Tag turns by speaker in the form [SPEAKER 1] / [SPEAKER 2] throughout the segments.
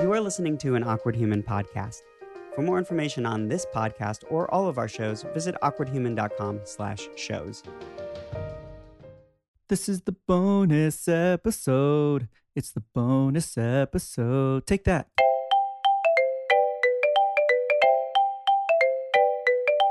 [SPEAKER 1] You are listening to an Awkward Human podcast. For more information on this podcast or all of our shows, visit awkwardhuman.com/shows.
[SPEAKER 2] This is the bonus episode. It's the bonus episode. Take that.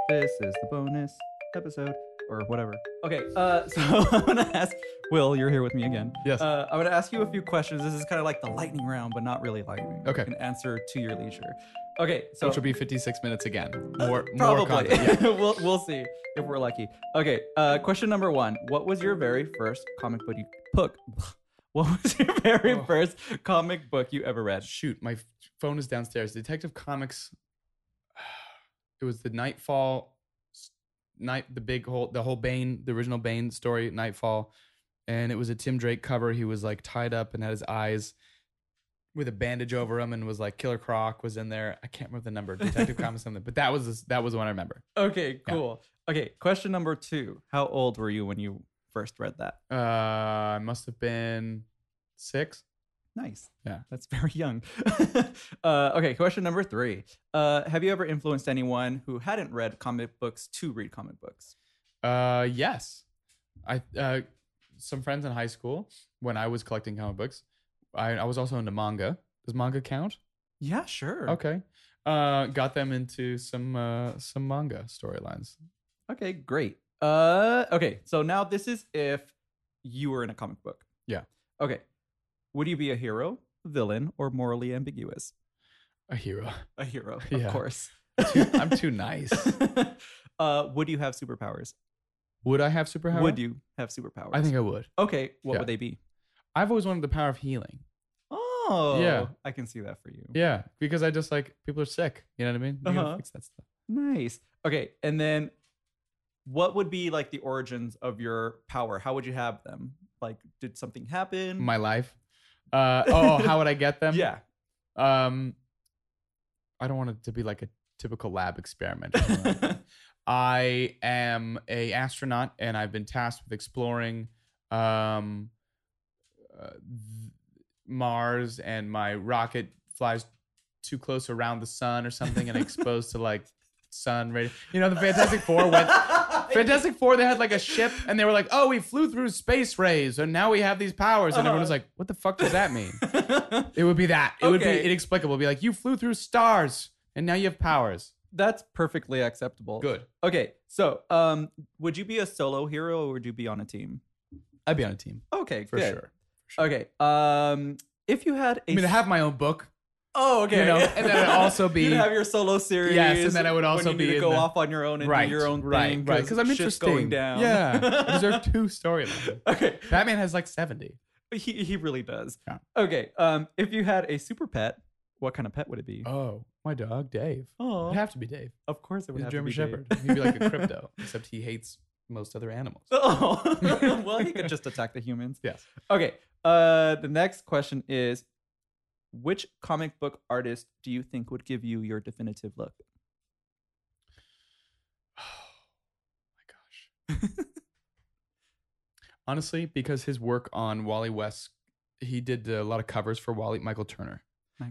[SPEAKER 2] This is the bonus episode or whatever. Okay, uh, so I'm gonna ask Will, you're here with me again.
[SPEAKER 3] Yes.
[SPEAKER 2] Uh, I'm gonna ask you a few questions. This is kind of like the lightning round, but not really lightning.
[SPEAKER 3] Okay.
[SPEAKER 2] You can answer to your leisure. Okay, so
[SPEAKER 3] which will be 56 minutes again. More, more
[SPEAKER 2] probably.
[SPEAKER 3] content. Yeah.
[SPEAKER 2] we'll we'll see if we're lucky. Okay. Uh, question number one: What was your very first comic book? You, book. What was your very
[SPEAKER 3] Oh.
[SPEAKER 2] first comic book you ever read?
[SPEAKER 3] Shoot, my f- phone is downstairs. Detective Comics. It was the Nightfall, s- night the big whole the whole Bane the original Bane story Nightfall, and it was a Tim Drake cover. He was like tied up and had his eyes with a bandage over him, and was like Killer Croc was in there. I can't remember the number. Detective Comics something, but that was the- that was the one I remember.
[SPEAKER 2] Okay.
[SPEAKER 3] Yeah.
[SPEAKER 2] Cool. Okay. Question number two: How old were you when you first read that?
[SPEAKER 3] Uh, I must have been six.
[SPEAKER 2] Nice.
[SPEAKER 3] Yeah.
[SPEAKER 2] That's very young. uh, okay. Question number three: uh, Have you ever influenced anyone who hadn't read comic books to read comic books?
[SPEAKER 3] Uh, yes. I uh, some friends in high school when I was collecting comic books. I, I was also into manga. Does manga count?
[SPEAKER 2] Yeah. Sure.
[SPEAKER 3] Okay. Uh, got them into some uh, some manga storylines.
[SPEAKER 2] Okay, great. Uh, okay, so now this is if you were in a comic book.
[SPEAKER 3] Yeah.
[SPEAKER 2] Okay. Would you be a hero, villain, or morally ambiguous?
[SPEAKER 3] A hero.
[SPEAKER 2] A hero, of
[SPEAKER 3] Yeah.
[SPEAKER 2] course.
[SPEAKER 3] Too- I'm too nice.
[SPEAKER 2] uh, would you have superpowers?
[SPEAKER 3] Would I have superpower?
[SPEAKER 2] Would you have superpowers?
[SPEAKER 3] I think I would.
[SPEAKER 2] Okay, what
[SPEAKER 3] Yeah.
[SPEAKER 2] would they be?
[SPEAKER 3] I've always wanted the power of healing.
[SPEAKER 2] Oh,
[SPEAKER 3] Yeah.
[SPEAKER 2] I can see that for you.
[SPEAKER 3] Yeah, because I just like people are sick. You know what I mean? You gotta
[SPEAKER 2] Uh-huh.
[SPEAKER 3] fix that stuff.
[SPEAKER 2] Nice. Okay, and then what would be like the origins of your power? How would you have them? Like, did something happen?
[SPEAKER 3] My life. Uh, oh, how would I get them?
[SPEAKER 2] yeah.
[SPEAKER 3] Um, I don't want it to be like a typical lab experiment. or something like that. I am a astronaut, and I've been tasked with exploring um, uh, th- Mars. And my rocket flies too close around the sun or something, and exposed to like sun radio. You know, the Fantastic Four went. Fantastic Four, they had like a ship, and they were like, "Oh, we flew through space rays, and now we have these powers." And everyone was like, "What the fuck does that mean?" It would be that. It would be
[SPEAKER 2] Okay.
[SPEAKER 3] inexplicable. It'd be like you flew through stars, and now you have powers.
[SPEAKER 2] That's perfectly acceptable.
[SPEAKER 3] Good.
[SPEAKER 2] Okay, so um, would you be a solo hero or would you be on a team?
[SPEAKER 3] I'd be on a team
[SPEAKER 2] Okay,
[SPEAKER 3] for
[SPEAKER 2] good.
[SPEAKER 3] sure.
[SPEAKER 2] Okay, um, if you had a,
[SPEAKER 3] I mean, I have my own book.
[SPEAKER 2] oh, okay,
[SPEAKER 3] you know, and then I'd also be-
[SPEAKER 2] you'd have your solo series.
[SPEAKER 3] Yes, and then I would also
[SPEAKER 2] when you need
[SPEAKER 3] be
[SPEAKER 2] to
[SPEAKER 3] in
[SPEAKER 2] go
[SPEAKER 3] the-
[SPEAKER 2] off on your own and do your own
[SPEAKER 3] right,
[SPEAKER 2] thing.
[SPEAKER 3] right. Because I'm
[SPEAKER 2] shit's
[SPEAKER 3] interesting.
[SPEAKER 2] Going down.
[SPEAKER 3] Yeah, I deserve two storylines.
[SPEAKER 2] okay,
[SPEAKER 3] Batman has like seventy.
[SPEAKER 2] he he really does.
[SPEAKER 3] Yeah.
[SPEAKER 2] Okay, um, if you had a super pet, what kind of pet would it be?
[SPEAKER 3] Oh, my dog Dave.
[SPEAKER 2] Oh,
[SPEAKER 3] It'd have to be Dave.
[SPEAKER 2] of course it would
[SPEAKER 3] He's a
[SPEAKER 2] have
[SPEAKER 3] German
[SPEAKER 2] to be
[SPEAKER 3] Shepherd.
[SPEAKER 2] Dave.
[SPEAKER 3] He'd be like a crypto, except he hates most other animals.
[SPEAKER 2] Oh, well, he could just attack the humans.
[SPEAKER 3] Yes.
[SPEAKER 2] Okay. Uh, the next question is, which comic book artist do you think would give you your definitive look?
[SPEAKER 3] Oh my gosh. Honestly, because his work on Wally West, he did a lot of covers for Wally Michael Turner.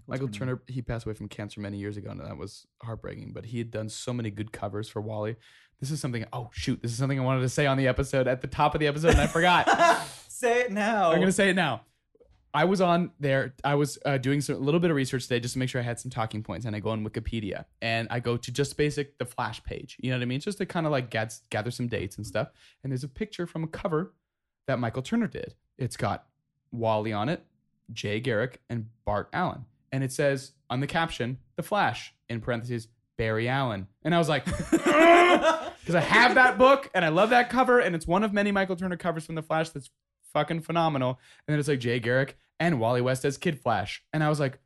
[SPEAKER 3] Michael Turner. he passed away from cancer many years ago, and that was heartbreaking. But he had done so many good covers for Wally. This is something. Oh shoot! This is something I wanted to say on the episode at the top of the episode, and I forgot.
[SPEAKER 2] Say it now.
[SPEAKER 3] I'm gonna say it now. I was on there. I was uh, doing some, a little bit of research today just to make sure I had some talking points, and I go on Wikipedia and I go to just basic the Flash page. You know what I mean? Just to kind of like gather, gather some dates and stuff. And there's a picture from a cover that Michael Turner did. It's got Wally on it, Jay Garrick, and Bart Allen. And it says on the caption, "The Flash" in parentheses, Barry Allen. And I was like, because I have that book and I love that cover, and it's one of many Michael Turner covers from The Flash that's fucking phenomenal. And then it's like Jay Garrick and Wally West as Kid Flash, and I was like,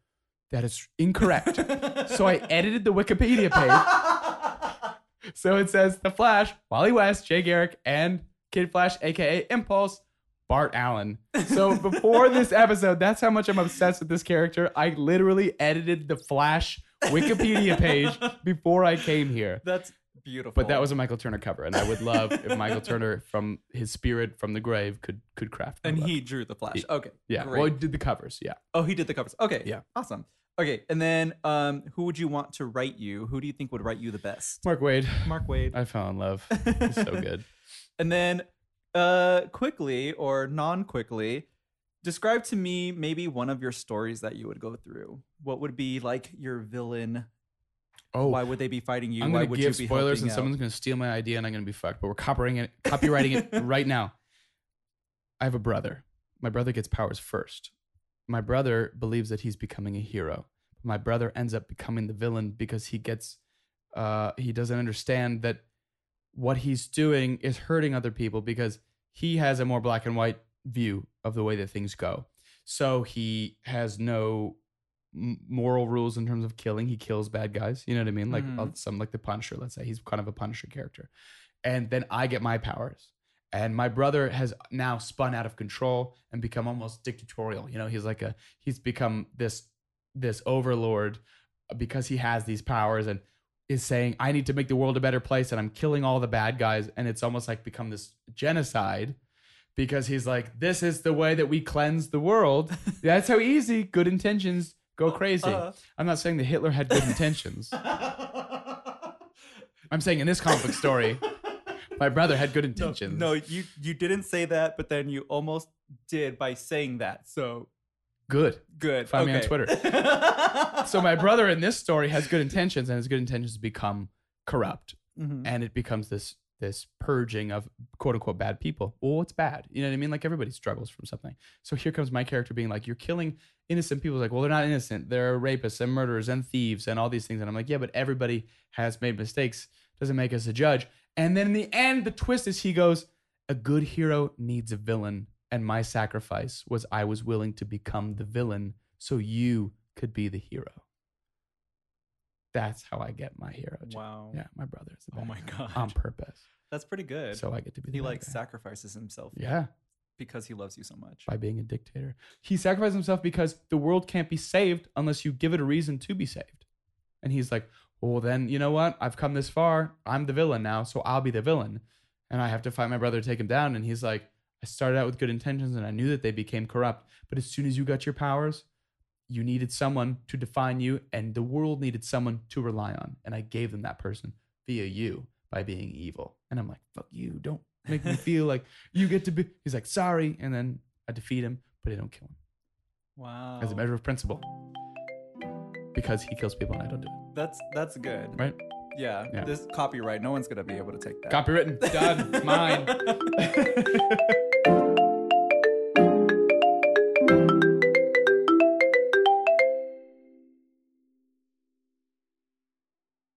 [SPEAKER 3] that is incorrect. so I edited the Wikipedia page, so it says The Flash, Wally West, Jay Garrick, and Kid Flash, aka Impulse. Bart Allen. So before this episode, that's how much I'm obsessed with this character. I literally edited the Flash Wikipedia page before I came here.
[SPEAKER 2] That's beautiful.
[SPEAKER 3] But that was a Michael Turner cover, and I would love if Michael Turner, from his spirit from the grave, could could craft. my
[SPEAKER 2] and
[SPEAKER 3] book.
[SPEAKER 2] he drew the flash.
[SPEAKER 3] He-
[SPEAKER 2] Okay.
[SPEAKER 3] yeah,
[SPEAKER 2] Great.
[SPEAKER 3] well, he did the covers, yeah.
[SPEAKER 2] oh, he did the covers. Okay.
[SPEAKER 3] Yeah.
[SPEAKER 2] Awesome. Okay, and then um, who would you want to write you? Who do you think would write you the best?
[SPEAKER 3] Mark Wade.
[SPEAKER 2] Mark Wade.
[SPEAKER 3] I fell in love. He's
[SPEAKER 2] It's
[SPEAKER 3] so good.
[SPEAKER 2] And then, uh, quickly or non quickly, describe to me maybe one of your stories that you would go through. What would be like your villain?
[SPEAKER 3] Oh,
[SPEAKER 2] Why would they be fighting you?
[SPEAKER 3] I'm
[SPEAKER 2] Why
[SPEAKER 3] gonna
[SPEAKER 2] would
[SPEAKER 3] give
[SPEAKER 2] you be
[SPEAKER 3] spoilers, and
[SPEAKER 2] helping
[SPEAKER 3] someone's gonna steal my idea, and I'm gonna be fucked. But we're copying it, copywriting it right now. I have a brother. My brother gets powers first. My brother believes that he's becoming a hero. My brother ends up becoming the villain because he gets, uh, he doesn't understand that what he's doing is hurting other people because he has a more black and white view of the way that things go. So he has no m- moral rules in terms of killing. He kills bad guys. You know what I mean? Like
[SPEAKER 2] Mhm.
[SPEAKER 3] uh, some like the Punisher. Let's say he's kind of a Punisher character. And then I get my powers, and my brother has now spun out of control and become almost dictatorial. You know, he's like a he's become this this overlord uh, because he has these powers and is saying I need to make the world a better place and I'm killing all the bad guys and it's almost like become this genocide because he's like this is the way that we cleanse the world that's how easy good intentions go crazy
[SPEAKER 2] Uh.
[SPEAKER 3] I'm not saying that Hitler had good intentions I'm saying in this comic book story my brother had good
[SPEAKER 2] No,
[SPEAKER 3] intentions
[SPEAKER 2] No, you you didn't say that, but then you almost did by saying that. So
[SPEAKER 3] good
[SPEAKER 2] good.
[SPEAKER 3] Find me on
[SPEAKER 2] Okay.
[SPEAKER 3] so my brother in this story has good intentions and his good intentions become corrupt
[SPEAKER 2] Mhm.
[SPEAKER 3] and it becomes this this purging of quote unquote bad people. Well, what's bad? You know what I mean? Like everybody struggles from something. So here comes my character being like, "You're killing innocent people." It's Like, well, they're not innocent. They're rapists and murderers and thieves and all these things. And I'm like, yeah, but everybody has made mistakes. Doesn't make us a judge. And then in the end, the twist is he goes, "A good hero needs a villain." And my sacrifice was I was willing to become the villain so you could be the hero. That's how I get my hero. Jack.
[SPEAKER 2] Wow.
[SPEAKER 3] Yeah, my brother is the
[SPEAKER 2] Oh
[SPEAKER 3] bad
[SPEAKER 2] my
[SPEAKER 3] guy
[SPEAKER 2] god.
[SPEAKER 3] on purpose.
[SPEAKER 2] That's pretty good.
[SPEAKER 3] So I get to be the
[SPEAKER 2] he
[SPEAKER 3] bad
[SPEAKER 2] like
[SPEAKER 3] guy.
[SPEAKER 2] sacrifices himself
[SPEAKER 3] yeah
[SPEAKER 2] because he loves you so much.
[SPEAKER 3] by being a dictator. He sacrificed himself because the world can't be saved unless you give it a reason to be saved. And he's like, well, then you know what? I've come this far. I'm the villain now, so I'll be the villain, and I have to fight my brother to take him down. And he's like, I started out with good intentions, and I knew that they became corrupt. But as soon as you got your powers, you needed someone to define you, and the world needed someone to rely on. And I gave them that person via you by being evil. And I'm like, fuck you. Don't make me feel like you get to be. He's like, sorry. And then I defeat him, but I don't kill him
[SPEAKER 2] Wow.
[SPEAKER 3] as a measure of principle because he kills people and I don't do it.
[SPEAKER 2] That's that's good.
[SPEAKER 3] Right?
[SPEAKER 2] Yeah.
[SPEAKER 3] Yeah.
[SPEAKER 2] This copyright, no one's gonna be able to take that.
[SPEAKER 3] Copywritten. Done. Mine.